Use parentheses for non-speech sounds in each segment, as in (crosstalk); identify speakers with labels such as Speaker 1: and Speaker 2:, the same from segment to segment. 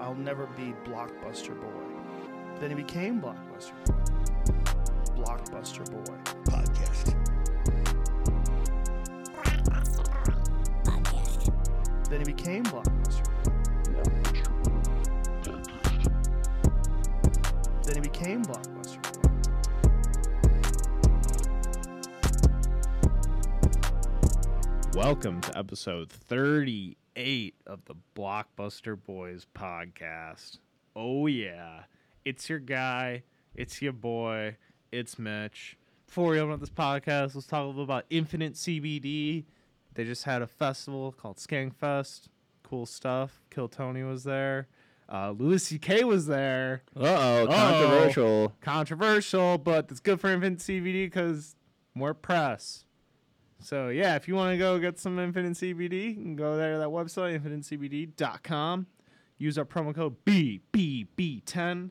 Speaker 1: I'll never be Blockbuster Boy. Then he became Blockbuster Boy. Blockbuster Boy.
Speaker 2: podcast.
Speaker 1: Then he became Blockbuster Boy. Then he became Blockbuster Boy.
Speaker 3: Welcome to episode 38 of the Blockbuster Boys podcast. Oh, yeah. It's your guy. It's your boy. It's Mitch. Before we open up this podcast, let's talk a little about Infinite CBD. They just had a festival called Skankfest. Cool stuff. Kill Tony was there. Uh, Louis C.K. was there.
Speaker 4: Uh oh, controversial.
Speaker 3: Controversial, but it's good for Infinite CBD because more press. So yeah, if you want to go get some Infinite CBD, you can go there to that website, infinitecbd.com. Use our promo code BBB10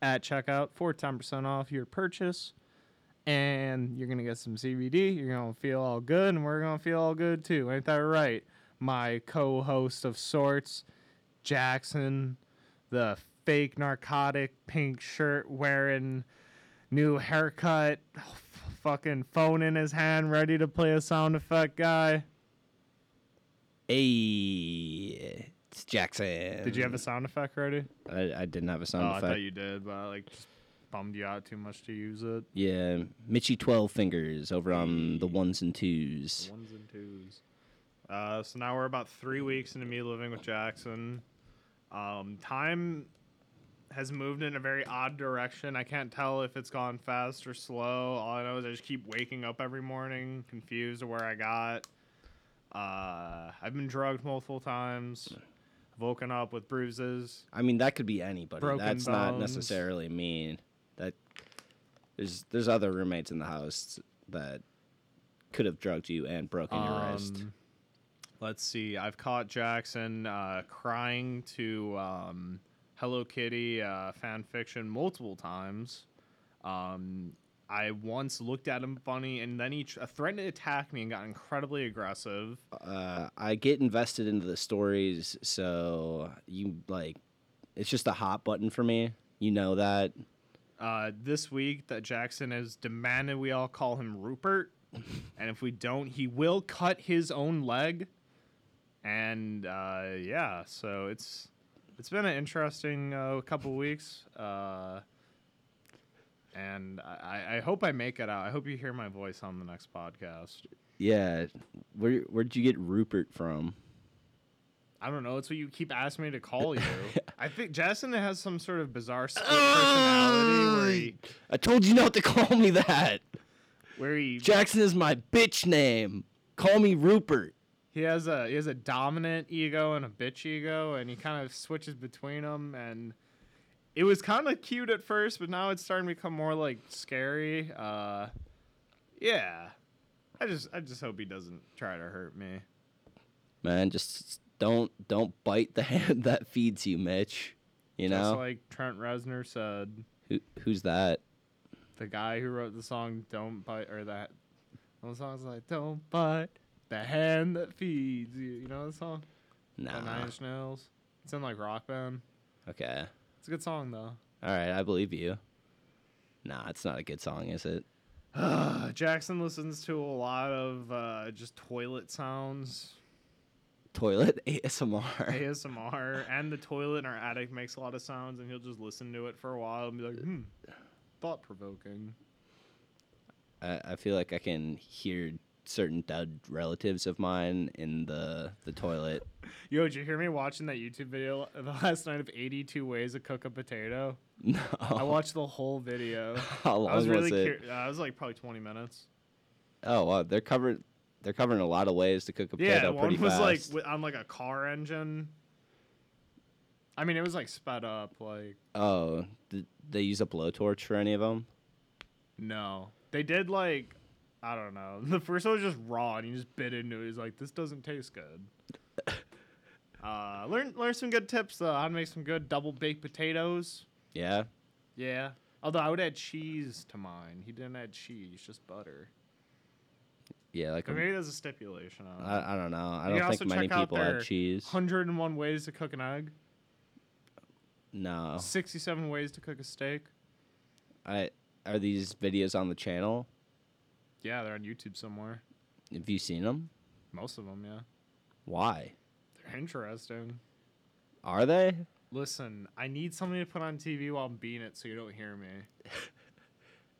Speaker 3: at checkout for 10% off your purchase. And you're going to get some CBD. You're going to feel all good, and we're going to feel all good too. Ain't that right? My co host of sorts, Jackson, the fake narcotic pink shirt wearing new haircut, (laughs) f- fucking phone in his hand, ready to play a sound effect guy.
Speaker 4: Hey, it's Jackson.
Speaker 3: Did you have a sound effect ready?
Speaker 4: I, I didn't have a
Speaker 3: Oh,
Speaker 4: sound
Speaker 3: I
Speaker 4: effect.
Speaker 3: thought you did, but I like just bummed you out too much to use it.
Speaker 4: yeah, Mitchy Twelve Fingers over on the ones and twos.
Speaker 3: Ones and twos. Uh, so now we're about three weeks into me living with Jackson. Um, time has moved in a very odd direction. I can't tell if it's gone fast or slow. All I know is I just keep waking up every morning confused of where I got. Uh, I've been drugged multiple times. I've woken up with bruises.
Speaker 4: I mean, that could be anybody.
Speaker 3: Broken
Speaker 4: That's not
Speaker 3: bones.
Speaker 4: necessarily mean. That there's there's other roommates in the house that could have drugged you and broken your wrist.
Speaker 3: Um, Let's see. I've caught Jackson uh, crying to um, Hello Kitty uh, fan fiction multiple times. Um, I once looked at him funny, and then he tr- threatened to attack me and got incredibly aggressive.
Speaker 4: Uh, I get invested into the stories, so you like, it's just a hot button for me. You know that.
Speaker 3: Uh, this week, that Jackson has demanded we all call him Rupert, and if we don't, he will cut his own leg. And uh, yeah, so it's it's been an interesting uh, couple weeks. Uh, and I, I- I hope I make it out. I hope you hear my voice on the next podcast.
Speaker 4: Yeah, where where'd you get Rupert from?
Speaker 3: I don't know. It's what you keep asking me to call you. I think Jackson has some sort of bizarre split personality where he,
Speaker 4: I told you not to call me that.
Speaker 3: where he
Speaker 4: Jackson is my bitch name. Call me Rupert.
Speaker 3: He has a he has a dominant ego and a bitch ego, and he kind of switches between them. And it was kind of cute at first, but now it's starting to become more like scary. Uh, yeah, I just I just hope he doesn't try to hurt me.
Speaker 4: Man, just don't don't bite the (laughs) hand that feeds you, Mitch. You
Speaker 3: Just
Speaker 4: know
Speaker 3: like Trent Reznor said,
Speaker 4: who who's that?
Speaker 3: the guy who wrote the song "Don't Bite" or that the song's like "Don't Bite the Hand That Feeds You." You know the song? By Nine
Speaker 4: Nah.
Speaker 3: Inch Nails. It's in like Rock Band.
Speaker 4: Okay.
Speaker 3: It's a good song though.
Speaker 4: All right, I believe you. Nah, it's not a good song, is it?
Speaker 3: Uh, (sighs) Jackson listens to a lot of uh, just toilet sounds,
Speaker 4: Toilet (laughs) ASMR.
Speaker 3: ASMR, and the toilet in our attic makes a lot of sounds, and he'll just listen to it for a while and be like, hmm, thought provoking.
Speaker 4: I, I feel like I can hear certain dead relatives of mine in the the toilet. (laughs)
Speaker 3: Yo, did you hear me watching that YouTube video (laughs) the last night of 82 ways to cook a potato?
Speaker 4: No.
Speaker 3: I watched the whole video.
Speaker 4: How long
Speaker 3: I was really
Speaker 4: it?
Speaker 3: curious. I was like probably 20 minutes.
Speaker 4: Oh, wow, they're covered. They're covering a lot of ways to cook a
Speaker 3: Yeah,
Speaker 4: potato
Speaker 3: one
Speaker 4: pretty
Speaker 3: was
Speaker 4: fast.
Speaker 3: like wi- on like a car engine. I mean, it was like sped up, like
Speaker 4: oh, did they use a blowtorch for any of them?
Speaker 3: No. They did like I don't know. (laughs) The first one was just raw and you just bit into it. He's like, this doesn't taste
Speaker 4: (laughs)
Speaker 3: good. uh learn learn some good tips though. How to make some good double baked potatoes.
Speaker 4: Yeah.
Speaker 3: Yeah. Although I would add cheese to mine. He didn't add cheese, just butter.
Speaker 4: Yeah, like
Speaker 3: Or
Speaker 4: a-
Speaker 3: maybe there's a stipulation on it.
Speaker 4: Hmm. I, I don't know. I
Speaker 3: You
Speaker 4: don't
Speaker 3: can
Speaker 4: think
Speaker 3: also
Speaker 4: many
Speaker 3: check out
Speaker 4: people
Speaker 3: their
Speaker 4: add cheese.
Speaker 3: 101 ways to cook an egg.
Speaker 4: No.
Speaker 3: 67 ways to cook a steak.
Speaker 4: I are these videos on the channel?
Speaker 3: Yeah, they're on YouTube somewhere.
Speaker 4: Have you seen them?
Speaker 3: Most of them, yeah.
Speaker 4: Why?
Speaker 3: They're interesting.
Speaker 4: Are they?
Speaker 3: Listen, I need something to put on TV while I'm beating it so you don't hear me.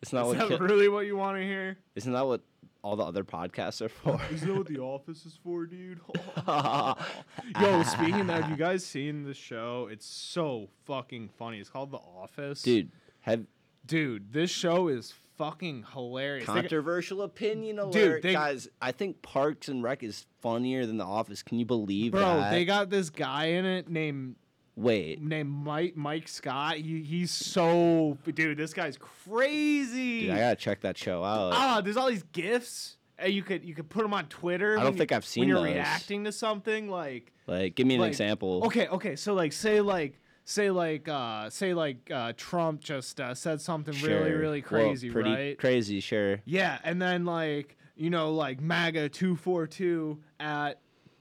Speaker 4: It's not
Speaker 3: Is
Speaker 4: what.
Speaker 3: that
Speaker 4: ki-
Speaker 3: really what you want to hear?
Speaker 4: Isn't that what all the other podcasts
Speaker 3: (laughs)
Speaker 4: are for? (laughs)
Speaker 3: that what The Office is for, (laughs) dude? Yo, speaking of that, have you guys seen the show? It's so fucking funny. It's called The Office.
Speaker 4: Dude, have
Speaker 3: Dude, this show is fucking hilarious. They got-
Speaker 4: controversial opinion alert,
Speaker 3: they-
Speaker 4: guys. I think Parks and Rec is funnier than The Office. Can you believe
Speaker 3: bro,
Speaker 4: that?
Speaker 3: they got this guy in it named
Speaker 4: Wait,
Speaker 3: named Mike Mike Scott. He, he's so dude. This guy's crazy.
Speaker 4: dude, I gotta check that show out.
Speaker 3: ah, there's all these gifs. And you could you could put them on Twitter.
Speaker 4: I
Speaker 3: when
Speaker 4: don't
Speaker 3: you-
Speaker 4: think I've seen
Speaker 3: when you're
Speaker 4: those.
Speaker 3: reacting to something like
Speaker 4: like, give me an
Speaker 3: like-
Speaker 4: example.
Speaker 3: okay okay so like say like say like uh say like uh Trump just uh, said something really
Speaker 4: Sure.
Speaker 3: really
Speaker 4: Well,
Speaker 3: crazy
Speaker 4: pretty
Speaker 3: right
Speaker 4: Crazy, sure.
Speaker 3: yeah and then like you know like MAGA two four two at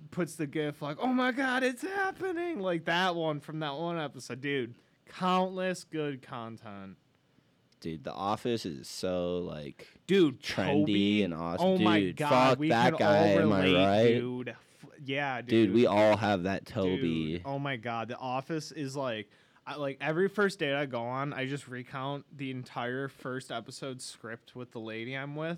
Speaker 3: puts the gif like oh my god it's happening like that one from that one episode dude countless good content.
Speaker 4: Dude, The Office is so like
Speaker 3: dude,
Speaker 4: trendy
Speaker 3: Toby,
Speaker 4: and awesome.
Speaker 3: Oh my
Speaker 4: Dude,
Speaker 3: god,
Speaker 4: fuck
Speaker 3: we
Speaker 4: that
Speaker 3: can
Speaker 4: guy,
Speaker 3: all
Speaker 4: am I
Speaker 3: relate,
Speaker 4: right?
Speaker 3: Dude, F- yeah, dude,
Speaker 4: dude, we all have that Toby.
Speaker 3: Dude, oh my god, The Office is like, I, like every first date I go on, I just recount the entire first episode script with the lady I'm with,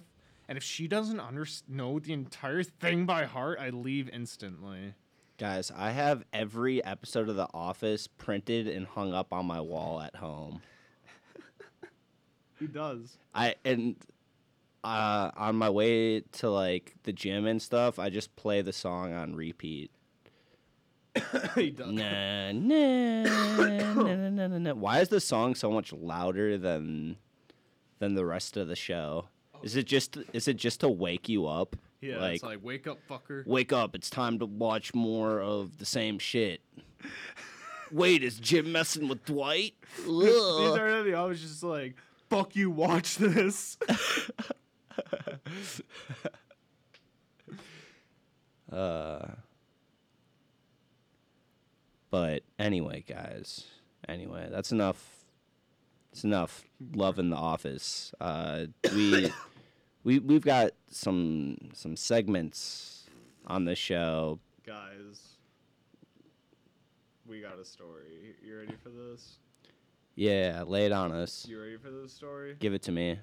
Speaker 3: and if she doesn't under- know the entire thing by heart, I leave instantly.
Speaker 4: Guys, I have every episode of The Office printed and hung up on my wall at home.
Speaker 3: He does.
Speaker 4: I and uh, on my way to like the gym and stuff, I just play the song on repeat.
Speaker 3: (coughs) he does.
Speaker 4: na, na, na, na, na, na, na. Why is the song so much louder than than the rest of the show? Is it just is it just to wake you up?
Speaker 3: Yeah,
Speaker 4: like,
Speaker 3: it's like wake up, fucker.
Speaker 4: wake up, it's time to watch more of the same shit. Wait, is Jim messing with Dwight?
Speaker 3: (laughs) These
Speaker 4: Ugh.
Speaker 3: are the I was just like, fuck you, watch this.
Speaker 4: But anyway, guys. Anyway, that's enough. It's enough love in the office. Uh, we (coughs) we we've got some some segments on the show.
Speaker 3: guys we got a story you ready for this
Speaker 4: Yeah, lay it on us.
Speaker 3: you ready for this story
Speaker 4: Give it to me.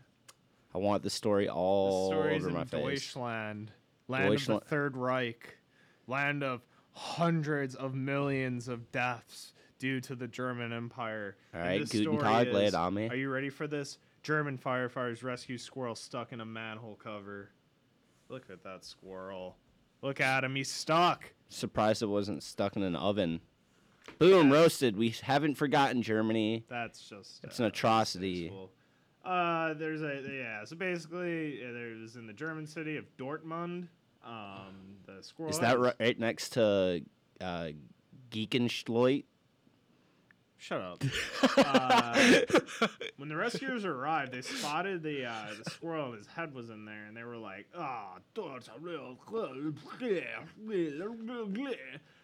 Speaker 4: I want the story
Speaker 3: the
Speaker 4: all
Speaker 3: story's
Speaker 4: over
Speaker 3: in
Speaker 4: my face.
Speaker 3: deutschland land
Speaker 4: Deutschland-
Speaker 3: of the third reich land of hundreds of millions of deaths due to the german empire
Speaker 4: All
Speaker 3: And
Speaker 4: right,
Speaker 3: this
Speaker 4: Guten
Speaker 3: story
Speaker 4: Tag, lay it
Speaker 3: is-
Speaker 4: on me.
Speaker 3: are you ready for this german firefighters rescue squirrel stuck in a manhole cover look at that squirrel look at him he's stuck
Speaker 4: Surprised it wasn't stuck in an oven. Boom, roasted. We haven't forgotten Germany.
Speaker 3: That's just
Speaker 4: It's an atrocity.
Speaker 3: distasteful. Uh, there's a yeah. So basically, uh, there's in the German city of Dortmund. Um, the squirrel.
Speaker 4: Is that ri- right next to uh, Geekenschleut?
Speaker 3: Shut
Speaker 4: (laughs)
Speaker 3: up. uh, when the rescuers arrived, they spotted the uh, the squirrel. and His head was in there, and they were like, "Ah, that's a real close."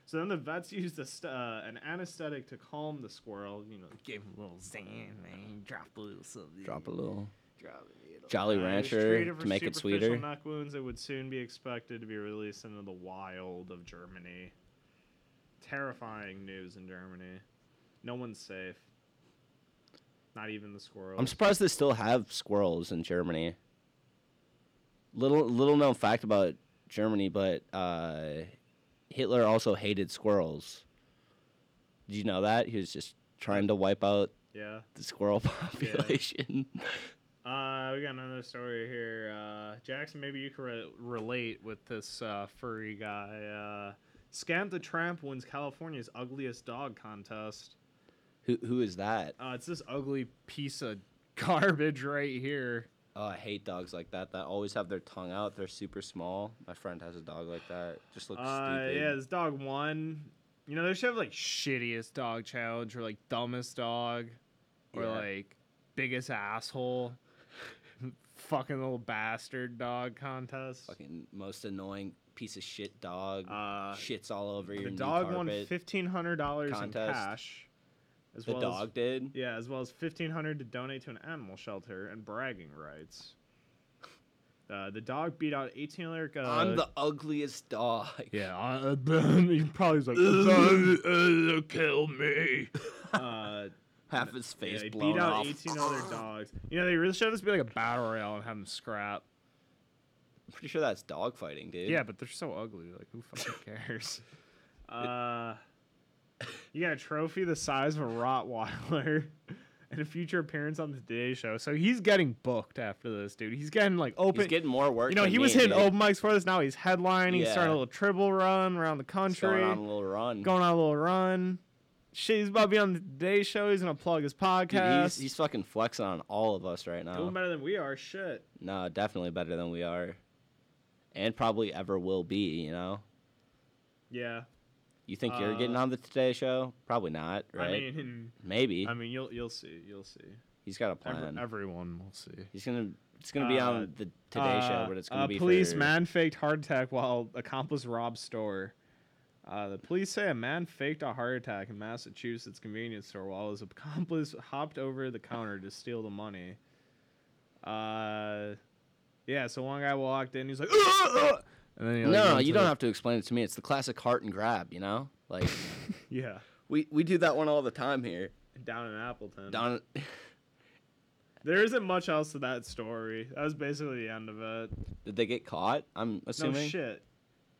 Speaker 3: So then the vets used a st- uh, an anesthetic to calm the squirrel. You know, gave him a little zan, man, dropped a little something.
Speaker 4: Drop a little.
Speaker 3: Drop it, it'll-
Speaker 4: Jolly
Speaker 3: Uh, it was
Speaker 4: Rancher
Speaker 3: treated
Speaker 4: to
Speaker 3: for
Speaker 4: make it
Speaker 3: superficial
Speaker 4: sweeter.
Speaker 3: Neck wounds. It would soon be expected to be released into the wild of Germany. Terrifying news in Germany. No one's safe. Not even the squirrel.
Speaker 4: I'm surprised they still have squirrels in Germany. Little little known fact about Germany, but uh, Hitler also hated squirrels. Did you know that? He was just trying to wipe out
Speaker 3: yeah.
Speaker 4: the squirrel (laughs) population.
Speaker 3: Uh, we got another story here. Uh, Jackson, maybe you can re- relate with this uh, furry guy. Uh, Scamp the Tramp wins California's ugliest dog contest.
Speaker 4: who who is that?
Speaker 3: Uh, it's this ugly piece of (laughs) garbage right here.
Speaker 4: Oh, I hate dogs like that. That always have their tongue out. They're super small. My friend has a dog like that. Just looks
Speaker 3: Uh,
Speaker 4: stupid.
Speaker 3: yeah, this dog won. You know, they should have like shittiest dog challenge or like dumbest dog or
Speaker 4: Yeah.
Speaker 3: like biggest asshole, (laughs) fucking little bastard dog contest.
Speaker 4: Fucking most annoying piece of shit dog.
Speaker 3: Uh,
Speaker 4: Shits all over your
Speaker 3: the
Speaker 4: new
Speaker 3: dog won
Speaker 4: carpet.
Speaker 3: fifteen hundred dollars in
Speaker 4: contest.
Speaker 3: cash, as
Speaker 4: The
Speaker 3: well
Speaker 4: dog
Speaker 3: As,
Speaker 4: did.
Speaker 3: yeah, as well as fifteen hundred to donate to an animal shelter and bragging rights. Uh, the dog beat out eighteen other. Uh,
Speaker 4: I'm the ugliest dog.
Speaker 3: yeah, uh, (laughs) he probably was like,
Speaker 1: kill me.
Speaker 3: (laughs) uh,
Speaker 4: Half his (laughs) face
Speaker 3: yeah, they
Speaker 4: blown
Speaker 3: beat out
Speaker 4: off.
Speaker 3: 18 other dogs. You know, they really should just be like a battle royale and have them scrap.
Speaker 4: Pretty sure that's dog fighting, dude.
Speaker 3: Yeah, but they're so ugly. Like, who
Speaker 4: (laughs)
Speaker 3: fucking cares? uh, you got a trophy the size of a Rottweiler (laughs) and a future appearance on the Today Show. So he's getting booked after this, dude. He's getting like open.
Speaker 4: he's getting more work.
Speaker 3: you know,
Speaker 4: than
Speaker 3: he
Speaker 4: me,
Speaker 3: was hitting
Speaker 4: dude.
Speaker 3: open mics for this. Now he's headlining. He's starting
Speaker 4: Yeah.
Speaker 3: a little triple run around the
Speaker 4: He's
Speaker 3: country.
Speaker 4: going on a little run.
Speaker 3: a little run. Shit, he's about to be on the Today Show. He's gonna plug his
Speaker 4: Dude,
Speaker 3: podcast.
Speaker 4: he's, he's fucking flexing on all of us right now.
Speaker 3: doing better than we are. Shit.
Speaker 4: No, definitely better than we are, and probably ever will be. You know.
Speaker 3: Yeah.
Speaker 4: You think you're getting
Speaker 3: Uh,
Speaker 4: on the Today Show? Probably not, right?
Speaker 3: I mean, (laughs)
Speaker 4: Maybe
Speaker 3: I mean, you'll you'll see, you'll see.
Speaker 4: he's got a plan.
Speaker 3: Every, everyone will see.
Speaker 4: he's gonna it's gonna be
Speaker 3: Uh,
Speaker 4: on the Today Show, but it's gonna
Speaker 3: uh,
Speaker 4: be
Speaker 3: police
Speaker 4: for,
Speaker 3: man faked heart attack while accomplice robbed store. Uh, the police say a man faked a heart attack in Massachusetts convenience store while his accomplice (laughs) hopped over the counter to steal the money. Uh, yeah. So one guy walked in, he's like, "Ugh, ugh," and then he, like,
Speaker 4: No,
Speaker 3: went
Speaker 4: you
Speaker 3: to
Speaker 4: don't
Speaker 3: the-
Speaker 4: have to explain it to me. It's the classic heart and grab. You know, like
Speaker 3: (laughs) Yeah,
Speaker 4: (laughs) we we do that one all the time here.
Speaker 3: down in Appleton.
Speaker 4: Don, (laughs)
Speaker 3: There isn't much else to that story. That was basically the end of it.
Speaker 4: did they get caught? I'm
Speaker 3: No
Speaker 4: assuming.
Speaker 3: shit.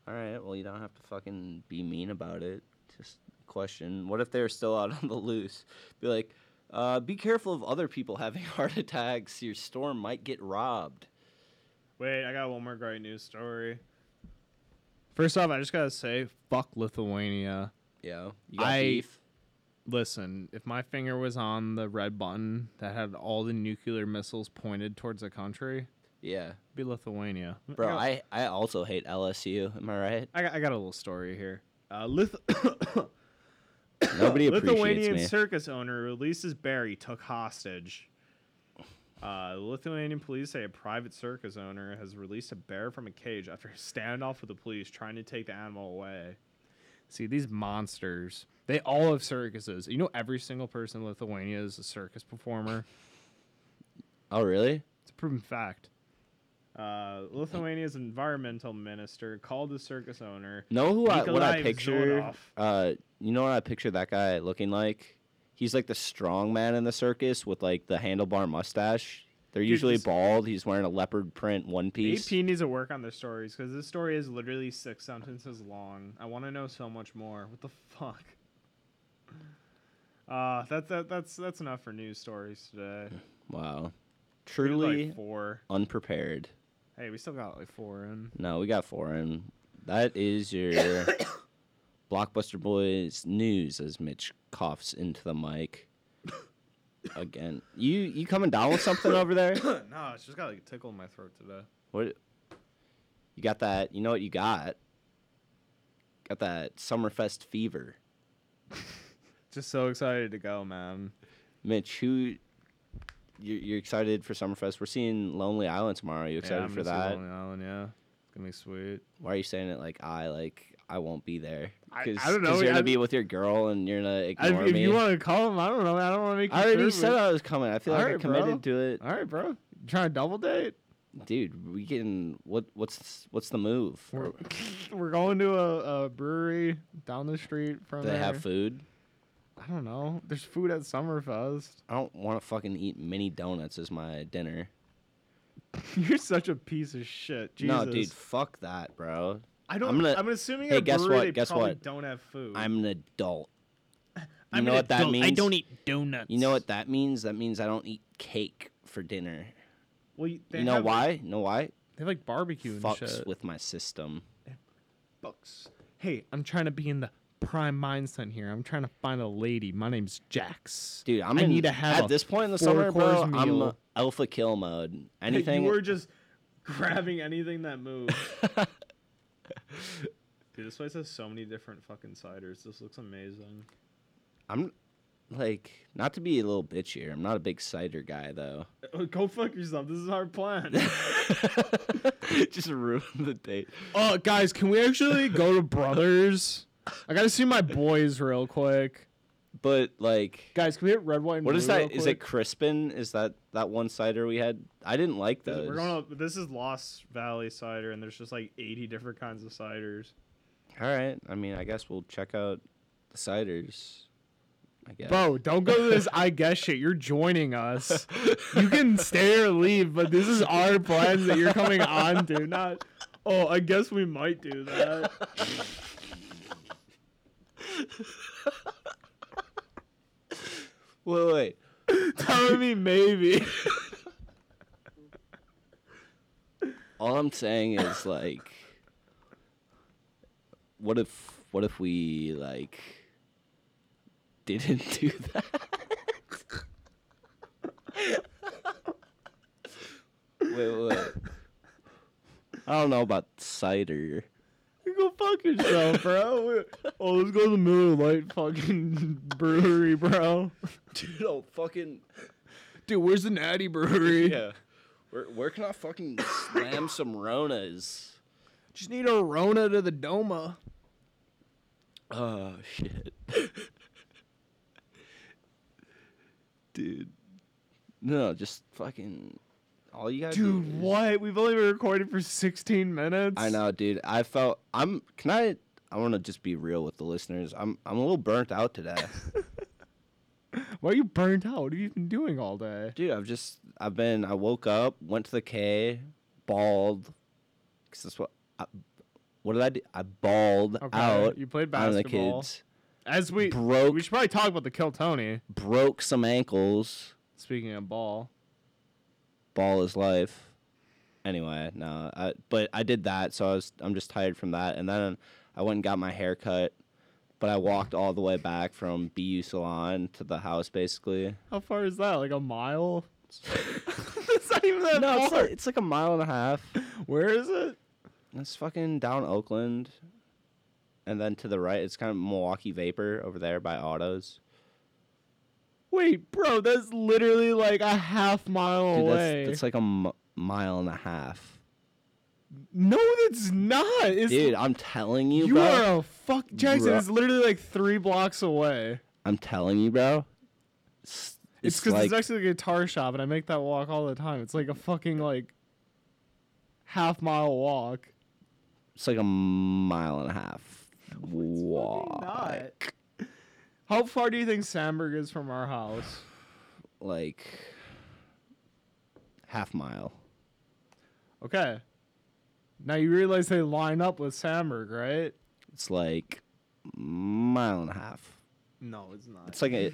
Speaker 4: All right. Well, you don't have to fucking be mean about it. Just question. What if they're still out (laughs) on the loose? Be like, uh, be careful of other people having (laughs) heart attacks. Your store might get robbed.
Speaker 3: Wait, I got one more great news story. First off, I just gotta say, fuck Lithuania.
Speaker 4: Yeah. You got
Speaker 3: I-
Speaker 4: beef.
Speaker 3: Listen, if my finger was on the red button that had all the nuclear missiles pointed towards the country,
Speaker 4: Yeah,
Speaker 3: it'd be Lithuania.
Speaker 4: bro.
Speaker 3: I got,
Speaker 4: I I also hate LSU. Am I right? (coughs)
Speaker 3: I got, I got a little story here. Uh, Lith- (coughs)
Speaker 4: Nobody appreciates
Speaker 3: Lithuanian
Speaker 4: me.
Speaker 3: circus owner releases bear he took hostage. Uh, Lithuanian police say a private circus owner has released a bear from a cage after a standoff with the police trying to take the animal away. See, these monsters, they all have circuses. You know, every single person in Lithuania is a circus performer.
Speaker 4: oh really?
Speaker 3: It's a proven fact. Uh, Lithuania's environmental minister called the circus owner.
Speaker 4: Know who I, what I
Speaker 3: Nikolai
Speaker 4: picture?
Speaker 3: Zolotov.
Speaker 4: Uh, you know what I picture that guy looking like? He's like the strong man in the circus with like the handlebar mustache. They're usually
Speaker 3: this-
Speaker 4: bald. He's wearing a leopard print one piece.
Speaker 3: AP needs to work on their stories because this story is literally six sentences long. I want to know so much more. What the fuck? (laughs) Uh, that, that that's that's enough for news stories today.
Speaker 4: Wow,
Speaker 3: We did, like,
Speaker 4: truly
Speaker 3: four.
Speaker 4: unprepared.
Speaker 3: Hey, we still got like four (laughs) in.
Speaker 4: No, we got foreign. That
Speaker 3: (coughs)
Speaker 4: is your blockbuster boys news. As Mitch coughs into the mic again. You you coming down with something over there?
Speaker 3: no, it's just got like a tickle in my throat today.
Speaker 4: What? You got that? You know what you got? Got that Summerfest fever,
Speaker 3: Just so excited to go, man.
Speaker 4: Mitch. Who? You're, you're excited for Summerfest. We're seeing Lonely Island tomorrow. you excited
Speaker 3: yeah, I'm
Speaker 4: for
Speaker 3: gonna see
Speaker 4: that?
Speaker 3: Lonely Island, yeah, it's gonna be sweet.
Speaker 4: Why are you saying it like I like I won't be there?
Speaker 3: I-
Speaker 4: Because
Speaker 3: I don't know,
Speaker 4: you're gonna
Speaker 3: I-
Speaker 4: be with your girl and you're gonna ignore
Speaker 3: if
Speaker 4: me.
Speaker 3: you want to call him, I don't know. I don't want to make.
Speaker 4: I already said I was coming. I feel like I
Speaker 3: Alright,
Speaker 4: committed
Speaker 3: bro.
Speaker 4: to it,
Speaker 3: All right, bro. You trying to double date?
Speaker 4: dude. We getting what? What's what's the move?
Speaker 3: We're, (laughs) we're going to a, a brewery down the street from
Speaker 4: Do they have
Speaker 3: there.
Speaker 4: food?
Speaker 3: I don't know. There's food at Summerfest. (laughs)
Speaker 4: I don't want to fucking eat mini donuts as my dinner.
Speaker 3: You're such a piece of shit. Jesus.
Speaker 4: No, dude, fuck that, bro.
Speaker 3: I don't.
Speaker 4: I'm
Speaker 3: I'm,
Speaker 4: gonna-
Speaker 3: assuming.
Speaker 4: Hey,
Speaker 3: at a
Speaker 4: guess
Speaker 3: brewery,
Speaker 4: what?
Speaker 3: They
Speaker 4: Guess
Speaker 3: probably
Speaker 4: what?
Speaker 3: Don't have food.
Speaker 4: I'm an adult. You
Speaker 3: I'm
Speaker 4: know
Speaker 3: an
Speaker 4: what that
Speaker 3: adult.
Speaker 4: means?
Speaker 3: I don't eat donuts.
Speaker 4: You know what that means? That means I don't eat cake for dinner.
Speaker 3: Well, you, they
Speaker 4: you know
Speaker 3: have, like-
Speaker 4: why? know why?
Speaker 3: They have like barbecue and
Speaker 4: Fucks
Speaker 3: shit.
Speaker 4: with my system.
Speaker 3: Bucks. Hey, I'm trying to be in the prime mindset here. I'm trying to find a lady. My name's Jax.
Speaker 4: Dude, I'm
Speaker 3: I
Speaker 4: in-
Speaker 3: need to have
Speaker 4: at
Speaker 3: a
Speaker 4: this point in the
Speaker 3: four
Speaker 4: summer, bro.
Speaker 3: course
Speaker 4: I'm uh,
Speaker 3: meal.
Speaker 4: alpha kill mode.
Speaker 3: (laughs) You
Speaker 4: Anything?
Speaker 3: were just (laughs) grabbing anything that (laughs) moved. Dude, this place has so many different fucking ciders. This looks amazing.
Speaker 4: I'm like not to be a little bitch here. I'm not a big cider guy
Speaker 3: (laughs)
Speaker 4: though. (laughs)
Speaker 3: Oh, Go fuck yourself. This is our (laughs) plan.
Speaker 4: just ruin the date.
Speaker 3: uh, guys, can we actually go to Brothers? I gotta see my boys real quick.
Speaker 4: but like,
Speaker 3: Guys, can we hit red, white, and
Speaker 4: what is
Speaker 3: blue real
Speaker 4: that? Is it
Speaker 3: quick?
Speaker 4: Crispin? Is that that one cider we had? I didn't like
Speaker 2: This-
Speaker 4: those.
Speaker 2: We're going to, this is Lost Valley cider, and there's just like 80 different kinds of ciders.
Speaker 4: All right. I mean, I guess we'll check out the ciders. I guess.
Speaker 3: Bo, don't go to this I guess shit. You're joining us. You can stay or leave, but this is our plans that you're coming on to. Not
Speaker 2: Oh, I guess we might do that.
Speaker 3: (laughs)
Speaker 4: Wait, wait.
Speaker 3: telling me maybe.
Speaker 4: All I'm saying is like, what if what if we like didn't (laughs) do that? wait, wait, wait. I don't know about cider.
Speaker 3: You go fuck yourself, bro. Oh, let's go to the Miller Lite fucking brewery, bro.
Speaker 4: Dude, I'll fucking
Speaker 3: Dude, where's the Natty Brewery?
Speaker 4: yeah. Where where can I fucking slam some Ronas?
Speaker 3: Just need a Rona to the Doma.
Speaker 4: Oh shit. (laughs) Dude. No, just fucking all you gotta do
Speaker 3: Dude,
Speaker 4: is-
Speaker 3: what? We've only been recording for 16 minutes.
Speaker 4: I know, dude. I felt I'm can I I wanna just be real with the listeners. I'm I'm a little burnt
Speaker 3: (laughs)
Speaker 4: out today.
Speaker 3: Why are you burnt out? What have you been doing all day?
Speaker 4: dude, I've just I've been I woke up, went to the K, balled. Cause that's what I, what did I do? I balled
Speaker 3: Okay,
Speaker 4: out
Speaker 3: you played
Speaker 4: on the
Speaker 3: basketball.
Speaker 4: kids.
Speaker 3: As we
Speaker 4: Broke-
Speaker 3: we should probably talk about the Kill Tony.
Speaker 4: Broke some ankles.
Speaker 3: Speaking of ball,
Speaker 4: ball is life. Anyway, no, I, but I did that, so I was I'm just tired from that, and then I went and got my hair cut, but I walked all the way back from BU salon to the house basically.
Speaker 3: how far is that? Like a
Speaker 4: (laughs)
Speaker 3: mile? That's not even that
Speaker 4: No, it's
Speaker 3: far.
Speaker 4: like, it's like a mile and a half.
Speaker 3: Where is it?
Speaker 4: It's fucking down Oakland, and then to the right, it's kind of Milwaukee Vapor over there by Autos.
Speaker 3: Wait, bro, that's literally like a half mile
Speaker 4: Dude,
Speaker 3: away.
Speaker 4: that's, that's like a m- mile and a half.
Speaker 3: no, that's not. It's,
Speaker 4: Dude, I'm telling you,
Speaker 3: you
Speaker 4: bro.
Speaker 3: are a fuck, Jackson.
Speaker 4: Bro.
Speaker 3: It's literally like three blocks away.
Speaker 4: I'm telling you, bro. It's
Speaker 3: It's because it's actually a guitar shop, and I make that walk all the time. It's like a fucking like half mile walk.
Speaker 4: It's like a mile and a half.
Speaker 3: Fucking
Speaker 4: Walk.
Speaker 3: not. How far do you think Sandberg is from our house?
Speaker 4: Like half mile.
Speaker 3: Okay. Now you realize they line up with Sandberg, right?
Speaker 4: It's like mile and a half.
Speaker 2: no, it's not.
Speaker 4: It's
Speaker 3: (laughs)
Speaker 4: like a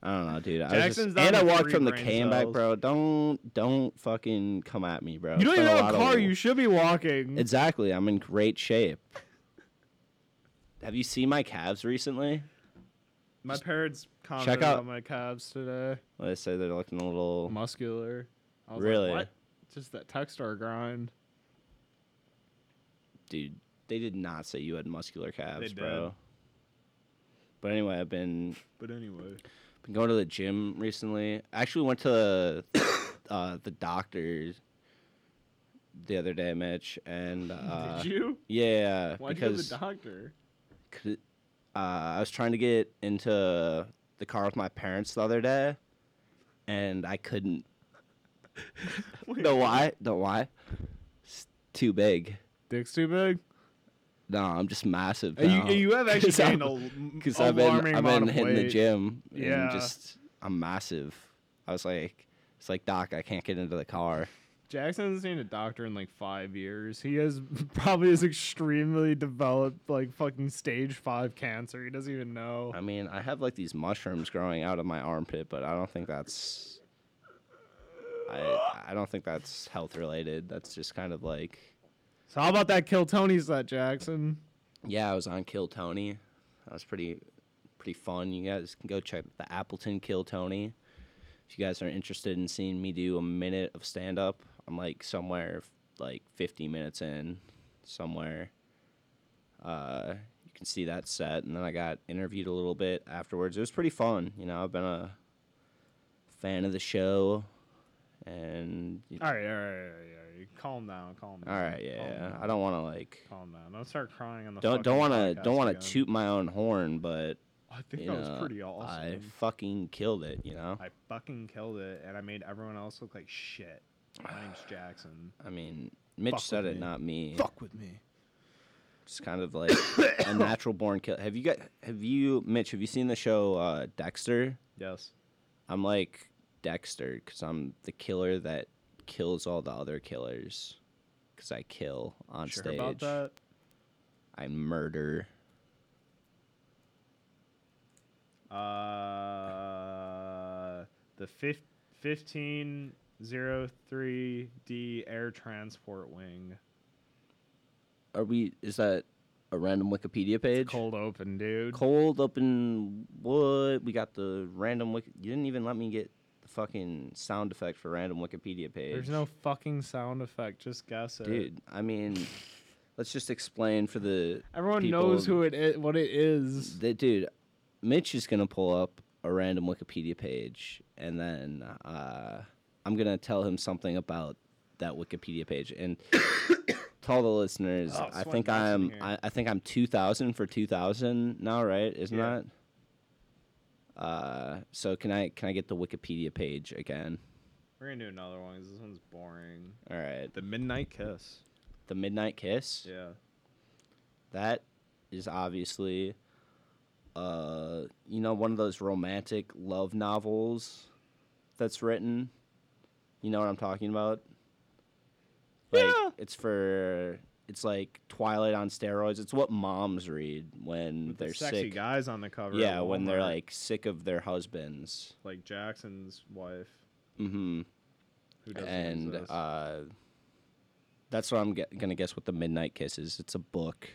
Speaker 4: I don't know, dude. I was just-
Speaker 2: Jackson's not
Speaker 4: and I
Speaker 2: like
Speaker 4: walked
Speaker 2: three
Speaker 4: from the
Speaker 2: brain
Speaker 4: K and back,
Speaker 2: cells.
Speaker 4: bro. Don't don't fucking come at me, bro.
Speaker 3: You don't
Speaker 4: It's
Speaker 3: even
Speaker 4: been
Speaker 3: have a
Speaker 4: lot of-
Speaker 3: car. You should be walking.
Speaker 4: Exactly. I'm in great shape. Have you seen my calves recently?
Speaker 2: My parents commented
Speaker 4: out-
Speaker 2: on my
Speaker 3: Cabs today.
Speaker 4: They say they're looking a little
Speaker 3: Muscular. I was like,
Speaker 4: really.
Speaker 3: what? Just that Techstar grind.
Speaker 4: dude, they did not say you had muscular calves,
Speaker 2: did.
Speaker 4: bro. But anyway, I've been
Speaker 2: But anyway,
Speaker 4: been going to the gym recently. I actually went to (coughs) the, uh, the doctor the other day, Mitch,
Speaker 3: (laughs)
Speaker 4: and uh,
Speaker 3: Did you?
Speaker 4: yeah,
Speaker 3: Why'd you go to
Speaker 4: because
Speaker 3: the doctor?
Speaker 4: c- uh, I was trying to get into the car with my parents the other day, and
Speaker 3: (laughs)
Speaker 4: I couldn't. know why? Know why? It's too big.
Speaker 3: Dick's too big.
Speaker 4: No, I'm just massive.
Speaker 3: Uh, you-
Speaker 4: now.
Speaker 3: you
Speaker 4: (laughs)
Speaker 3: have actually
Speaker 4: 'Cause I'm-
Speaker 2: gained a
Speaker 4: because I've been
Speaker 3: alarming
Speaker 4: I've
Speaker 3: amount
Speaker 4: been
Speaker 3: of
Speaker 4: hitting the
Speaker 3: weight.
Speaker 4: gym and
Speaker 2: Yeah.
Speaker 4: just I'm massive. I was like, it's like Doc, I can't get into the car.
Speaker 3: Jackson hasn't seen a doctor in like five years. He has (laughs) probably is extremely developed like fucking stage five cancer. He doesn't even know.
Speaker 4: I mean, I have like these mushrooms growing out of my armpit, but I don't think that's I I don't think that's health related. That's just kind of like
Speaker 3: So how about that kill Tony's that Jackson?
Speaker 4: yeah, I was on Kill Tony. That was pretty pretty fun. You guys can go check the Appleton Kill Tony. If you guys are interested in seeing me do a minute of stand up, I'm like somewhere f- like 50 minutes in somewhere. Uh, you can see that set and then I got interviewed a little bit afterwards. It was pretty fun. You know, I've been a fan of the show and you-
Speaker 3: All right, all right, all right, all right. Calm down, calm down.
Speaker 4: all right, yeah,
Speaker 3: calm
Speaker 4: yeah.
Speaker 3: down,
Speaker 4: I don't want to like
Speaker 5: Oh,
Speaker 3: calm down. Don't start crying on the.
Speaker 4: don't don't
Speaker 3: want
Speaker 4: want
Speaker 3: to
Speaker 4: to don't want to toot my own horn, but
Speaker 3: I think
Speaker 4: you
Speaker 3: that was
Speaker 4: know,
Speaker 3: pretty
Speaker 4: I
Speaker 3: awesome.
Speaker 4: fucking killed it. You know,
Speaker 3: I, fucking killed it, and I made everyone else look like shit. My name's Jackson.
Speaker 4: I mean, Mitch
Speaker 6: Fuck
Speaker 4: said
Speaker 6: with
Speaker 4: it,
Speaker 6: me.
Speaker 4: not me.
Speaker 6: Fuck with me.
Speaker 4: It's kind of like a natural born kill. Have you got? Have you, Mitch? Have you seen the show uh, Dexter?
Speaker 3: Yes.
Speaker 4: I'm like Dexter because I'm the killer that kills all the other killers. Because I kill on
Speaker 3: Sure
Speaker 4: stage.
Speaker 3: about that?
Speaker 4: I murder.
Speaker 3: Uh, the fif- 1503D Air Transport Wing.
Speaker 4: Are we? Is that a random Wikipedia page?
Speaker 5: Cold open, dude.
Speaker 4: Cold up in wood. We got the random wiki. You didn't even let me get the fucking sound effect for random Wikipedia page.
Speaker 5: There's no fucking sound effect. Just
Speaker 3: Just guess it.
Speaker 4: dude. I mean, let's just explain for the
Speaker 5: everyone
Speaker 4: people-
Speaker 5: knows who it is, what it is.
Speaker 4: that dude mitch is gonna pull up a random wikipedia page and then uh, i'm gonna tell him something about that wikipedia page and (coughs) to all the listeners
Speaker 3: Oh,
Speaker 4: i
Speaker 3: sweating
Speaker 4: think
Speaker 3: nice in
Speaker 4: i'm
Speaker 3: here.
Speaker 4: I, I think i'm 2000 for 2000 now right isn't
Speaker 3: Yeah.
Speaker 4: that uh, so can i can i get the wikipedia page again
Speaker 3: We're gonna do another one 'cause this one's boring.
Speaker 4: all right
Speaker 3: The Midnight Kiss.
Speaker 4: the midnight kiss
Speaker 3: Yeah.
Speaker 4: that is obviously uh you know one of those romantic love novels that's written you know what i'm talking about like
Speaker 5: Yeah.
Speaker 4: it's for it's like twilight on steroids it's what moms read when
Speaker 3: With
Speaker 4: they're
Speaker 3: the sexy
Speaker 4: sick
Speaker 3: guys on the cover. at
Speaker 4: yeah when they're
Speaker 3: Walmart,
Speaker 4: like sick of their husbands
Speaker 3: like Jackson's wife
Speaker 4: hmm
Speaker 3: who doesn't
Speaker 4: and
Speaker 3: exist.
Speaker 4: uh that's what i'm ge- gonna guess what the midnight kiss is it's a book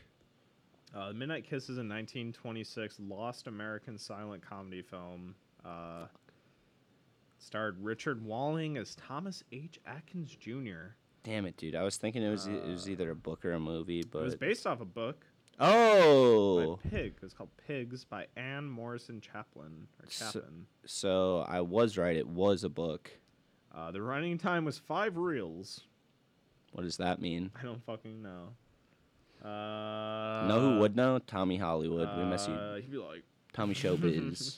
Speaker 3: Uh, The Midnight Kiss is a 1926 lost American silent comedy film. Uh, starred Richard Walling as Thomas H. Atkins Jr.
Speaker 4: damn it dude i was thinking it was e- it was either a book or a movie but
Speaker 3: It was based off a book
Speaker 4: Oh,
Speaker 3: by Pig. It was called Pigs by Anne Morrison Chaplin or
Speaker 4: So-
Speaker 3: Chapin.
Speaker 4: so I was right. It was a book.
Speaker 3: Uh, the running time was five reels.
Speaker 4: What does that mean?
Speaker 3: I don't fucking know. Uh,
Speaker 4: know who would know? Tommy Hollywood. we miss
Speaker 3: uh,
Speaker 4: you,
Speaker 3: He'd be like,
Speaker 4: Tommy
Speaker 3: (laughs)
Speaker 4: Showbiz.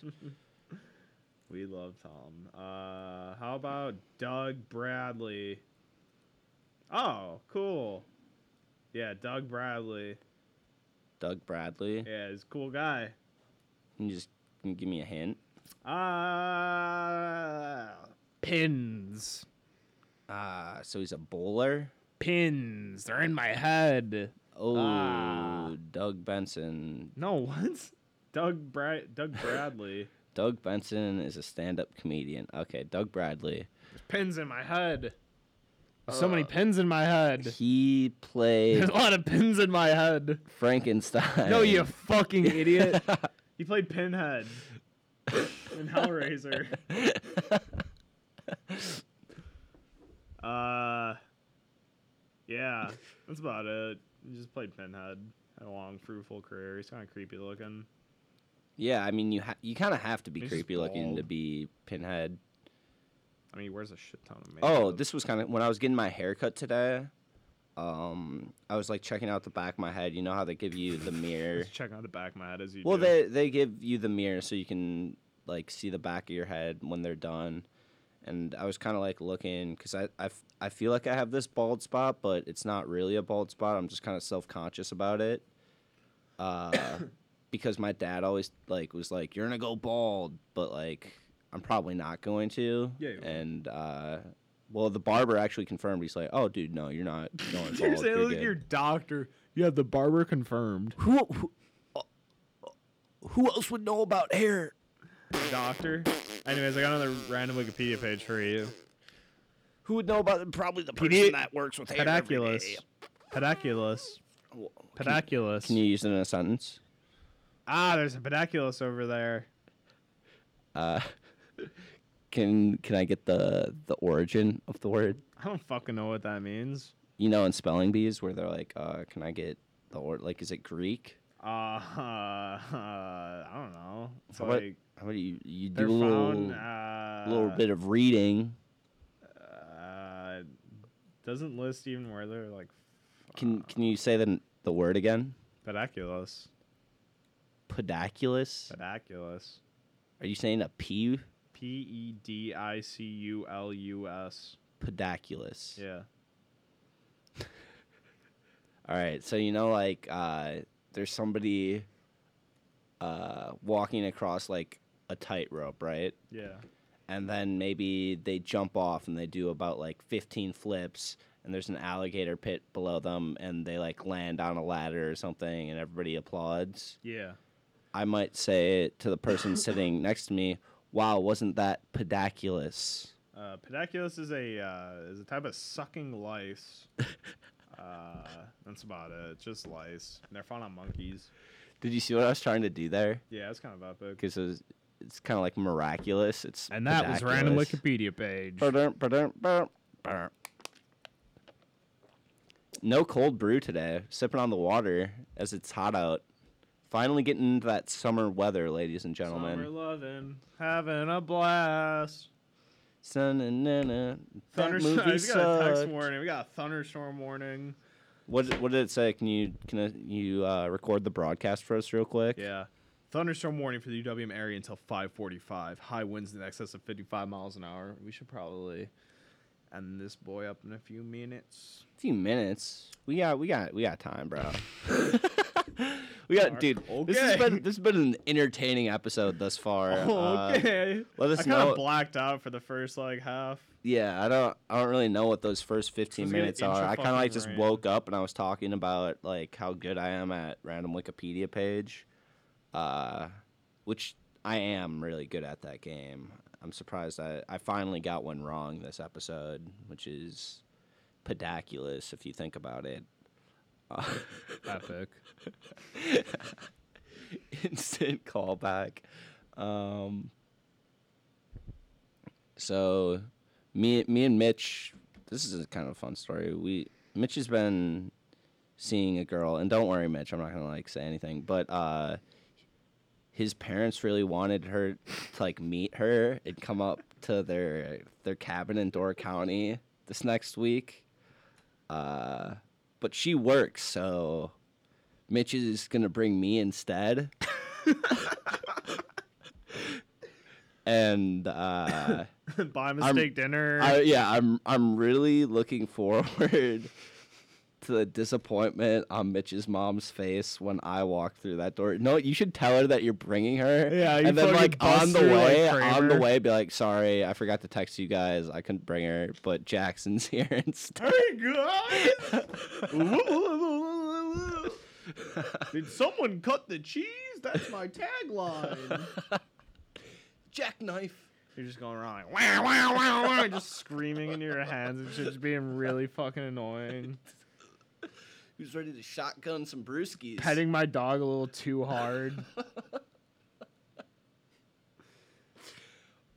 Speaker 3: we love Tom. Uh, how about Doug Bradley? Oh, cool. Yeah, Doug Bradley.
Speaker 4: Doug Bradley.
Speaker 3: Yeah, he's a cool guy.
Speaker 4: Can you just can you give me a hint?
Speaker 3: Uh,
Speaker 5: Pins,
Speaker 4: Ah, so he's a bowler.
Speaker 5: pins. They're in my head.
Speaker 4: Oh,
Speaker 5: Ah.
Speaker 4: Doug Benson.
Speaker 3: no, (laughs) what? Doug Brad Doug Bradley.
Speaker 4: Doug Benson is a stand-up comedian. Okay, Doug
Speaker 3: (laughs)
Speaker 4: Bradley.
Speaker 5: There's pins in my head. There's
Speaker 3: Uh,
Speaker 5: so many pins in my head.
Speaker 3: (laughs)
Speaker 4: He
Speaker 5: There's
Speaker 4: played
Speaker 5: a lot of pins in my head.
Speaker 4: Frankenstein.
Speaker 5: No, you fucking
Speaker 3: (laughs)
Speaker 5: idiot.
Speaker 3: he played Pinhead in Hellraiser. Uh, yeah, that's about it. He just played Pinhead. Had a long, fruitful career. He's kind of creepy looking.
Speaker 4: yeah, I mean you ha- you kind of have to be
Speaker 3: He's
Speaker 4: creepy looking to
Speaker 3: bald.
Speaker 4: be Pinhead.
Speaker 3: I mean, he wears a shit ton of makeup.
Speaker 4: Oh, this was kind of when I was getting my haircut today. Um, I was like checking out the back of my head. You know how they give you the mirror.
Speaker 3: Just checking out the back of my head as you.
Speaker 4: well,
Speaker 3: do. (laughs)
Speaker 4: they they give you the mirror so you can like see the back of your head when they're done. And I was kind of like looking because I, I f- I feel like I have this bald spot, but it's not really a bald spot. I'm just kind of self conscious about it. Uh, (coughs) because my dad always like was like, "You're gonna go bald," but like I'm probably not going to.
Speaker 3: Yeah, you are.
Speaker 4: And uh, well, the barber actually confirmed. He's like, "Oh, dude, no, you're not going bald.
Speaker 5: You're saying
Speaker 4: You're
Speaker 5: look at
Speaker 4: good."
Speaker 5: your doctor. Yeah, the barber confirmed.
Speaker 4: who, who, uh, who else would know about hair?
Speaker 3: doctor. Anyways, I got another random Wikipedia page for you.
Speaker 4: Who would know about probably the person that works with hair? every
Speaker 3: Pedaculus.
Speaker 4: day.
Speaker 3: Pedaculus.
Speaker 4: Well, Can,
Speaker 3: Pedaculus.
Speaker 4: can you use it in a sentence?
Speaker 3: Ah, there's a pedaculus over there.
Speaker 4: Uh, (laughs) can can I get the the origin of the word?
Speaker 3: I don't fucking know what that means.
Speaker 4: You know, in spelling bees, where they're like, uh, "Can I get the or like, is it Greek?"
Speaker 3: Uh, uh (laughs) I don't know. It's
Speaker 4: How about,
Speaker 3: like
Speaker 4: how about you you
Speaker 3: they're
Speaker 4: do a little,
Speaker 3: found. Uh,
Speaker 4: little bit of reading?
Speaker 3: Uh, Doesn't list even where they're like uh,
Speaker 4: Can can you say the the word again?
Speaker 3: pedaculous.
Speaker 4: Pedaculous.
Speaker 3: Uh, Pedaculous.
Speaker 4: Are you saying a p?
Speaker 3: P E D I C U L U S.
Speaker 4: Pedaculous.
Speaker 3: Yeah.
Speaker 4: All right. So you know, like, uh, there's somebody uh, walking across like a tightrope, right?
Speaker 3: Yeah.
Speaker 4: And then maybe they jump off and they do about like 15 flips, and there's an alligator pit below them, and they like land on a ladder or something, and everybody applauds.
Speaker 3: Yeah.
Speaker 4: I might say to the
Speaker 7: (laughs)
Speaker 4: person sitting next to me, "Wow, wasn't that pedaculous?"
Speaker 3: Uh, pedaculous is a uh, is a type of sucking
Speaker 4: (laughs)
Speaker 3: lice. uh, that's about it. It's just lice. And they're found on monkeys.
Speaker 4: Did you see what I was trying to do there?
Speaker 3: Yeah, it's kind of epic.
Speaker 4: Because it's kind of like miraculous. It's
Speaker 7: And that was random
Speaker 4: pedaculous.
Speaker 7: Wikipedia page.
Speaker 4: Ba-dum, ba-dum, ba-dum, ba-dum. No cold brew today. Sipping on the water as it's hot out. Finally getting into that summer weather, ladies and
Speaker 3: Summer
Speaker 4: gentlemen.
Speaker 3: loving, having a blast.
Speaker 4: Sun-na-na-na. That
Speaker 3: Thunderstorm. (laughs)
Speaker 4: movie
Speaker 3: We got a text
Speaker 4: sucked.
Speaker 3: warning. We got a thunderstorm warning.
Speaker 4: What what did it say? Can you can I- you uh, record the broadcast for us real quick?
Speaker 3: Yeah. Thunderstorm warning for the UWM area until 5:45. High winds in excess of 55 miles an hour. We should probably end this boy up in a few minutes.
Speaker 4: few minutes. We got we got we got
Speaker 3: (laughs)
Speaker 4: time, bro. (laughs) we got
Speaker 3: Alright,
Speaker 4: dude. This has
Speaker 3: okay.
Speaker 4: been this has been an entertaining episode thus
Speaker 3: (laughs)
Speaker 4: (laughs) far. Uh,
Speaker 3: Oh, okay.
Speaker 4: let us
Speaker 3: I kinda
Speaker 4: know-
Speaker 3: blacked out for the first like half.
Speaker 4: yeah, I don't I don't really know what those first fifteen
Speaker 3: Let's get an
Speaker 4: minutes
Speaker 3: inch of
Speaker 4: are. I kind of
Speaker 3: fucking
Speaker 4: like just
Speaker 3: rain.
Speaker 4: woke up and I was talking about like how good I am at random Wikipedia page, uh, which I am really good at that game. I'm surprised I I finally got one wrong this episode, which is pedaculous if you think about it.
Speaker 3: (laughs)
Speaker 7: Epic.
Speaker 4: (laughs) instant callback. Um, so, me, me and Mitch, this is a kind of fun story. We Mitch has been seeing a girl, and don't worry, Mitch, I'm not gonna like say anything, but uh, his parents really wanted her to like meet her and come up to their their cabin in Door County this next week. Uh, but she works, so Mitch is gonna bring me instead. and uh,
Speaker 7: (laughs)
Speaker 3: By mistake dinner.
Speaker 4: I, yeah, I'm I'm really looking forward (laughs) to the disappointment on Mitch's mom's face when I walk through that door. No, you should tell her that you're bringing her.
Speaker 7: Yeah, you
Speaker 4: and then
Speaker 7: fucking
Speaker 4: like
Speaker 7: bust
Speaker 4: on the
Speaker 7: through, like,
Speaker 4: way, on the
Speaker 7: Kramer.
Speaker 4: way, be like, sorry, I forgot to text you guys. I couldn't bring her, but Jackson's (laughs) here instead. (laughs)
Speaker 3: hey guys! Did someone cut the cheese? That's my tagline.
Speaker 4: (laughs) Jackknife.
Speaker 3: You're just going around like wow, wow, wow, wow, just screaming into your hands and shit, just being really fucking annoying.
Speaker 4: Who's ready to shotgun some brewskis?
Speaker 7: Petting my dog a little too
Speaker 4: (laughs)
Speaker 7: hard.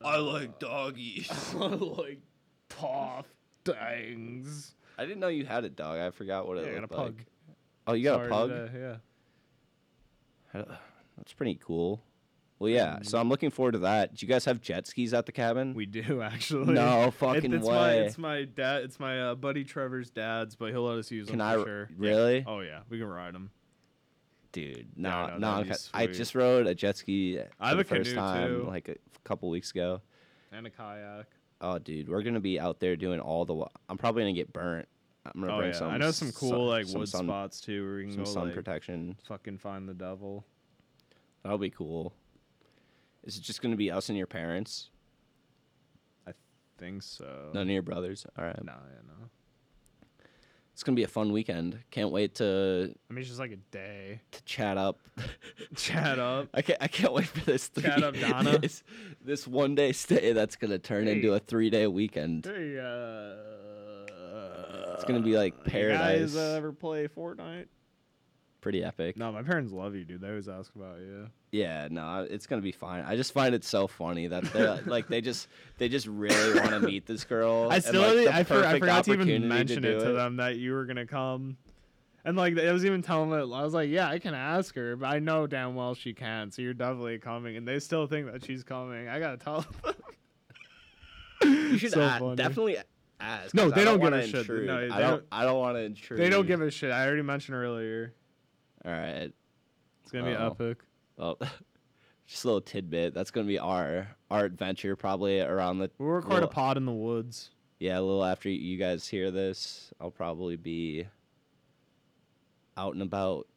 Speaker 4: I like doggies. (laughs)
Speaker 7: like tough things.
Speaker 4: I didn't know you had a dog. I forgot what it
Speaker 7: Yeah, I got a
Speaker 4: looked
Speaker 7: pug.
Speaker 4: like. Oh, you got
Speaker 7: Sorry
Speaker 4: a pug?
Speaker 7: to- yeah.
Speaker 4: That's pretty cool. Well, yeah. So I'm looking forward to that. Do you guys have jet skis at the cabin?
Speaker 3: We do (laughs) actually.
Speaker 4: No fucking
Speaker 3: it's My,
Speaker 4: way.
Speaker 3: it's my dad. It's my uh, buddy Trevor's dad's, but he'll let us use
Speaker 4: Can
Speaker 3: them
Speaker 4: I
Speaker 3: for
Speaker 4: r-
Speaker 3: sure.
Speaker 4: really,
Speaker 3: Oh yeah, we can ride them.
Speaker 4: dude? No,
Speaker 3: no,
Speaker 4: no.
Speaker 3: that'd be
Speaker 4: I'm ca- I
Speaker 3: sweet.
Speaker 4: just rode a jet ski for
Speaker 3: I have
Speaker 4: the
Speaker 3: a
Speaker 4: first
Speaker 3: canoe,
Speaker 4: time
Speaker 3: too.
Speaker 4: like a couple weeks ago.
Speaker 3: And a kayak.
Speaker 4: Oh, dude, we're gonna be out there doing all the. Wa- I'm probably gonna get burnt. I'm gonna
Speaker 3: Oh
Speaker 4: bring
Speaker 3: yeah,
Speaker 4: some.
Speaker 3: I know some cool
Speaker 4: sun-
Speaker 3: like
Speaker 4: some
Speaker 3: wood
Speaker 4: sun,
Speaker 3: spots too, where you can
Speaker 4: Some
Speaker 3: go
Speaker 4: sun
Speaker 3: like
Speaker 4: protection.
Speaker 3: fucking find the devil.
Speaker 4: That'll be cool. Is it just gonna be us and your parents?
Speaker 3: I think so.
Speaker 4: None of your brothers. All right.
Speaker 3: no, yeah, no.
Speaker 4: It's gonna be a fun weekend. Can't wait to
Speaker 3: I mean, it's just like a day.
Speaker 4: to chat up.
Speaker 3: (laughs)
Speaker 4: (laughs)
Speaker 3: Chat up.
Speaker 4: I can't, I can't wait for this three,
Speaker 3: Shout out
Speaker 4: (laughs)
Speaker 3: Donna.
Speaker 4: This, this one day stay that's gonna turn into
Speaker 3: Hey.
Speaker 4: a three day weekend.
Speaker 3: Hey, uh,
Speaker 4: It's gonna be like paradise.
Speaker 3: You guys uh, ever play Fortnite?
Speaker 4: Pretty epic.
Speaker 3: No, my parents love you, dude. They always ask about you.
Speaker 4: Yeah, no, I- it's gonna be fine. I just find it so funny that
Speaker 3: (laughs)
Speaker 4: they're like they just they just really want to meet this girl.
Speaker 3: I
Speaker 4: and,
Speaker 3: still,
Speaker 4: like, the
Speaker 3: I, for, I
Speaker 4: perfect
Speaker 3: forgot to
Speaker 4: opportunity
Speaker 3: even mention it
Speaker 4: do
Speaker 3: to them that you were gonna come, and like I was even telling them, I was like, yeah, I can ask her, but I know damn well she can, so you're definitely coming, and they still think that she's coming. I gotta tell them.
Speaker 4: You should
Speaker 3: So
Speaker 4: a-
Speaker 3: funny.
Speaker 4: definitely ask.
Speaker 3: No,
Speaker 4: 'cause
Speaker 3: they
Speaker 4: I
Speaker 3: don't give
Speaker 4: wanna
Speaker 3: a shit.
Speaker 4: intrude.
Speaker 2: No,
Speaker 4: I
Speaker 2: they
Speaker 4: don't.
Speaker 2: don't-
Speaker 4: I don't want to intrude.
Speaker 3: (laughs) They don't give a shit. I already mentioned earlier.
Speaker 4: All right.
Speaker 3: It's gonna be
Speaker 4: Oh.
Speaker 3: epic.
Speaker 4: Well, (laughs) just a little tidbit. That's gonna be our our adventure probably around the.
Speaker 3: We'll record
Speaker 4: little-
Speaker 3: a pod in the woods.
Speaker 4: Yeah, a little after you guys hear this, I'll probably be out and about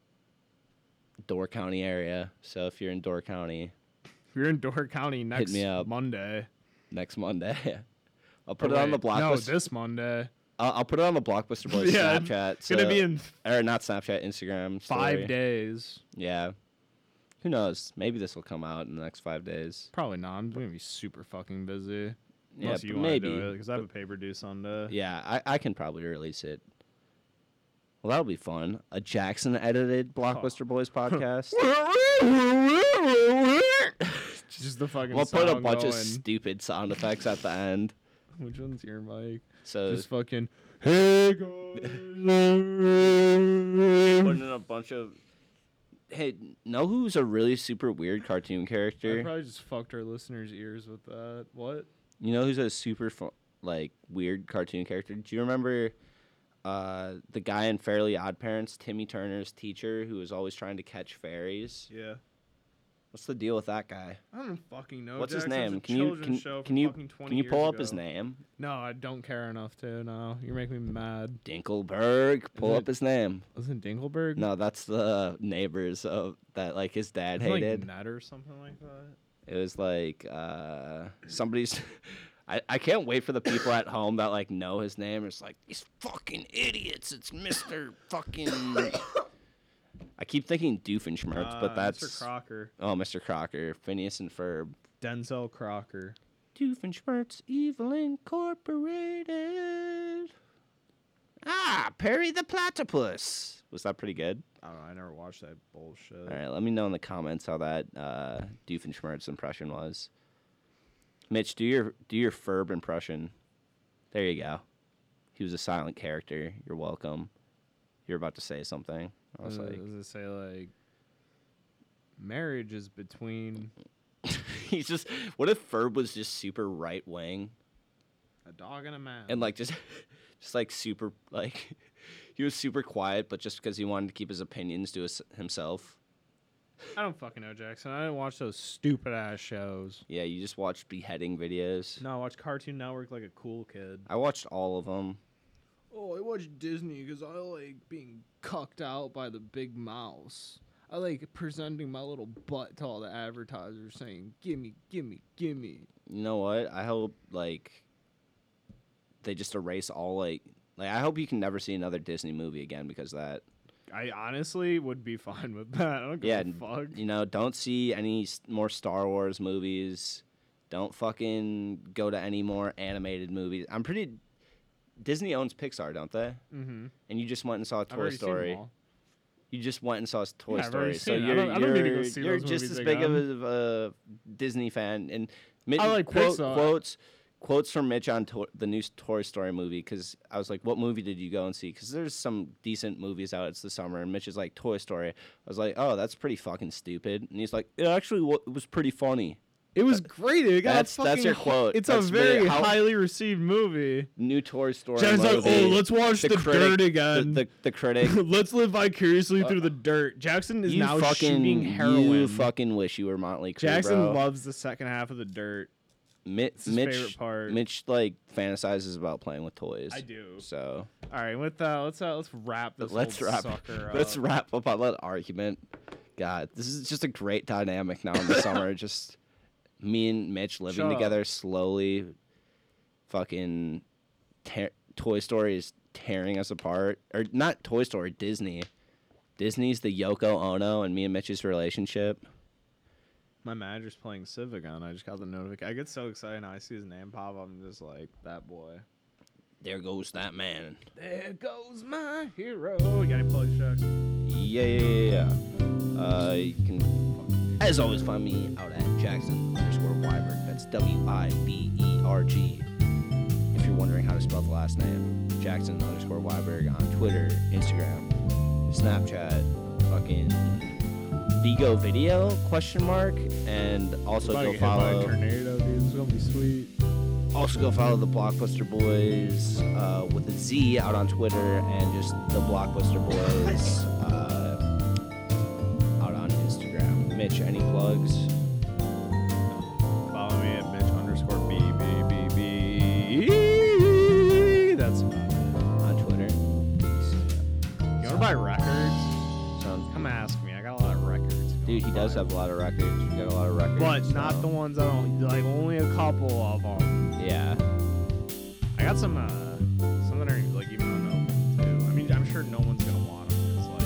Speaker 4: Door County area. So if you're in Door County
Speaker 3: If you're in Door County next
Speaker 4: me up.
Speaker 3: Monday.
Speaker 4: next Monday, (laughs) I'll
Speaker 3: or
Speaker 4: put it on the
Speaker 3: wait, No,
Speaker 4: blockbuster.
Speaker 3: this Monday.
Speaker 4: I'll, I'll put it on the
Speaker 3: (laughs)
Speaker 4: blockbuster boys
Speaker 3: Yeah,
Speaker 4: Snapchat.
Speaker 3: It's gonna
Speaker 4: so-
Speaker 3: be in
Speaker 4: or not Snapchat, Instagram.
Speaker 3: five
Speaker 4: story.
Speaker 3: days.
Speaker 4: Yeah. Who knows? Maybe this will come out in the next five days.
Speaker 3: Probably not. I'm gonna be super fucking busy.
Speaker 2: Unless
Speaker 4: yeah,
Speaker 2: you
Speaker 4: but
Speaker 2: want to
Speaker 4: maybe.
Speaker 2: do it, because I have a paper due Sunday.
Speaker 4: Yeah, I, I can probably release it. Well, that'll be fun. A Jackson edited Blockbuster
Speaker 3: (laughs)
Speaker 4: Boys podcast.
Speaker 3: Just the fucking.
Speaker 4: we'll put a
Speaker 3: song
Speaker 4: bunch of
Speaker 3: going.
Speaker 4: stupid sound effects at the end.
Speaker 3: Which one's your mic?
Speaker 4: (laughs) So
Speaker 3: Just
Speaker 4: (laughs)
Speaker 3: fucking. Hey guys.
Speaker 4: in a bunch of. Hey, know who's a really super weird cartoon
Speaker 3: I
Speaker 4: character?
Speaker 3: probably just fucked our listeners' ears with that. What?
Speaker 4: You know who's a super fu- like weird cartoon character? Do you remember uh, the guy in Fairly Odd Parents, Timmy Turner's teacher, who was always trying to catch fairies?
Speaker 2: Yeah.
Speaker 4: What's the deal with that guy?
Speaker 2: I don't fucking know.
Speaker 4: What's his
Speaker 2: Jackson's a
Speaker 4: name? Can you
Speaker 2: children's
Speaker 4: can,
Speaker 2: show
Speaker 4: can
Speaker 2: from
Speaker 4: you
Speaker 2: fucking 20
Speaker 4: can you
Speaker 2: years
Speaker 4: pull up his
Speaker 2: ago.
Speaker 4: name?
Speaker 3: No, I don't care enough to. No, you're making me mad.
Speaker 4: Dinkelberg. Pull
Speaker 3: it-
Speaker 4: up his name.
Speaker 3: Isn't Dingleberg?
Speaker 4: No, that's the neighbors of that like his dad
Speaker 2: Isn't it
Speaker 4: hated.
Speaker 2: Like net or something like that.
Speaker 4: It was like uh, somebody's. (laughs) I, I can't wait for the people at home that like know his name. It's like these fucking idiots. It's Mister
Speaker 2: (coughs)
Speaker 4: fucking. I keep thinking Doofenshmirtz, but
Speaker 2: Uh,
Speaker 4: that's
Speaker 2: Mr. Crocker,
Speaker 4: oh Mr. Crocker, Phineas and Ferb.
Speaker 2: Denzel Crocker.
Speaker 4: Doofenshmirtz Evil Incorporated. Ah, Perry the Platypus. Was that pretty good?
Speaker 2: I don't know. I never watched that bullshit.
Speaker 4: All right, let me know in the comments how that uh, Doofenshmirtz impression was. Mitch, do your do your Ferb impression. There you go. He was a silent character. You're welcome. You're about to say something. I was
Speaker 3: Does it-
Speaker 4: like, (laughs)
Speaker 3: does it say like marriage is between?
Speaker 4: he's just. What if Ferb was just super right wing
Speaker 3: A dog and a man.
Speaker 4: and like just, (laughs) just like super like, (laughs) he was super quiet, but just because he wanted to keep his opinions to his, himself.
Speaker 3: I don't fucking know, Jackson. I didn't watch those stupid ass shows.
Speaker 4: Yeah, you just watched beheading videos.
Speaker 2: No, I watch Cartoon Network like a cool kid.
Speaker 4: I watched all of them.
Speaker 3: Oh, I watch Disney because I like being cucked out by the big mouse. I like presenting my little butt to all the advertisers saying, "Gimme, gimme, gimme."
Speaker 4: you know what? I hope like they just erase all like like I hope you can never see another Disney movie again because of that.
Speaker 2: I honestly would
Speaker 3: (laughs)
Speaker 2: be fine with that. I don't give
Speaker 4: Yeah,
Speaker 2: a
Speaker 4: and,
Speaker 2: fuck.
Speaker 4: you know, don't see any s- more Star Wars movies. Don't fucking go to any more animated movies. I'm pretty Disney owns Pixar, don't they?
Speaker 3: Mm-hmm.
Speaker 4: And you just went and saw Toy
Speaker 3: already seen them
Speaker 4: Story.
Speaker 3: all.
Speaker 4: You just went and saw Toy
Speaker 3: Yeah, I've
Speaker 4: Story.
Speaker 3: already
Speaker 4: So
Speaker 3: seen it. I
Speaker 4: you're
Speaker 3: don't- I don't need to go
Speaker 4: you're,
Speaker 3: see
Speaker 4: you're
Speaker 3: those
Speaker 4: just
Speaker 3: movies
Speaker 4: as big of
Speaker 3: again.
Speaker 4: a, of a Disney fan. And Mitch,
Speaker 3: I like
Speaker 4: quote,
Speaker 3: Pixar.
Speaker 4: quotes quotes from Mitch on to- the new Toy Story movie because I was like, "What movie did you go and see?" Because there's some decent movies out. It's the summer, and Mitch is like, "Toy Story." I was like, "Oh, that's pretty fucking stupid." And he's like, "It actually wa- it was pretty funny."
Speaker 3: It was great. It got
Speaker 4: That's- that's
Speaker 3: fucking
Speaker 4: your
Speaker 3: hi-
Speaker 4: quote.
Speaker 3: It's
Speaker 4: That's
Speaker 3: a
Speaker 4: really
Speaker 3: very
Speaker 4: how-
Speaker 3: highly received movie.
Speaker 4: New Toy Story.
Speaker 3: Jen's like,
Speaker 4: movie,
Speaker 3: "Oh, let's watch the
Speaker 4: critic,
Speaker 3: dirt
Speaker 4: the-
Speaker 2: (laughs)
Speaker 3: again."
Speaker 4: The, the critic Uh,
Speaker 3: Let's live vicariously through the dirt. Jackson (laughs) is
Speaker 4: you
Speaker 3: now
Speaker 4: fucking
Speaker 3: shooting heroin.
Speaker 4: you fucking wish you were Motley Crue,
Speaker 2: Jackson
Speaker 4: bro.
Speaker 2: loves the second half of the dirt.
Speaker 4: Mi-
Speaker 2: his
Speaker 4: Mitch,
Speaker 2: favorite part.
Speaker 4: Mitch like fantasizes about playing with toys.
Speaker 2: I do.
Speaker 4: So
Speaker 3: All right, with that, let's uh, let's wrap this.
Speaker 4: let's
Speaker 3: whole
Speaker 4: wrap.
Speaker 3: Sucker up.
Speaker 4: (laughs) Let's wrap up on that argument. God, this is just a great dynamic now in the summer. Just me and Mitch living
Speaker 3: Shut up.
Speaker 4: together slowly. Fucking tear Toy Story is tearing us apart, or not Toy Story, Disney. Disney's the Yoko Ono and me and Mitch's relationship.
Speaker 2: My manager's playing Civic on. I just got the notification. I get so excited now. I see his name pop up. I'm just like, that boy.
Speaker 4: There goes that man.
Speaker 3: There goes my hero.
Speaker 2: Oh, you got any plug shock?
Speaker 4: Yeah, yeah, yeah, yeah. Uh, you can, as always, find me out at Jackson underscore Wyberg. That's W I B E R G. If you're wondering how to spell the last name, Jackson underscore Wyberg on Twitter, Instagram, Snapchat, fucking Vigo Video question mark, and also
Speaker 3: About to
Speaker 4: go
Speaker 3: get hit by a
Speaker 4: follow.
Speaker 3: tornado, dude. It's gonna be sweet.
Speaker 4: Also, go follow the Blockbuster Boys uh, with a Z out on Twitter and just the Blockbuster Boys uh, out on Instagram. Mitch, any plugs?
Speaker 3: Follow me at Mitch underscore B B B B. That's about it.
Speaker 4: On Twitter.
Speaker 3: You want to buy records?
Speaker 4: Sounds-
Speaker 3: Come ask me. I got a lot of records.
Speaker 4: Dude, he does have a lot of records. You got a lot of records.
Speaker 3: But not the
Speaker 4: so-
Speaker 3: ones I don't like. Only a couple of them.
Speaker 4: Yeah.
Speaker 3: I got some. uh Some that are like even unopened too. I mean, I'm sure no one's gonna want them. It's like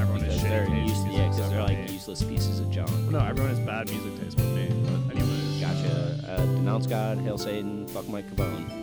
Speaker 3: everyone has
Speaker 4: Because they're,
Speaker 3: shitty taste.
Speaker 4: use-
Speaker 3: in
Speaker 4: yeah,
Speaker 3: music,
Speaker 4: 'cause
Speaker 3: so I
Speaker 4: they're like
Speaker 3: mean-
Speaker 4: useless pieces of junk.
Speaker 3: No, everyone has bad music taste but me. But anyways,
Speaker 4: Gotcha. Uh, denounce God, hail Satan, fuck Mike Cabone.